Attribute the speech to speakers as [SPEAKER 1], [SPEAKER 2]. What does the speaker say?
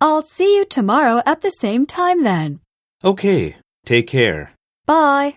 [SPEAKER 1] I'll see you tomorrow at the same time then.
[SPEAKER 2] Okay, take care.
[SPEAKER 1] Bye.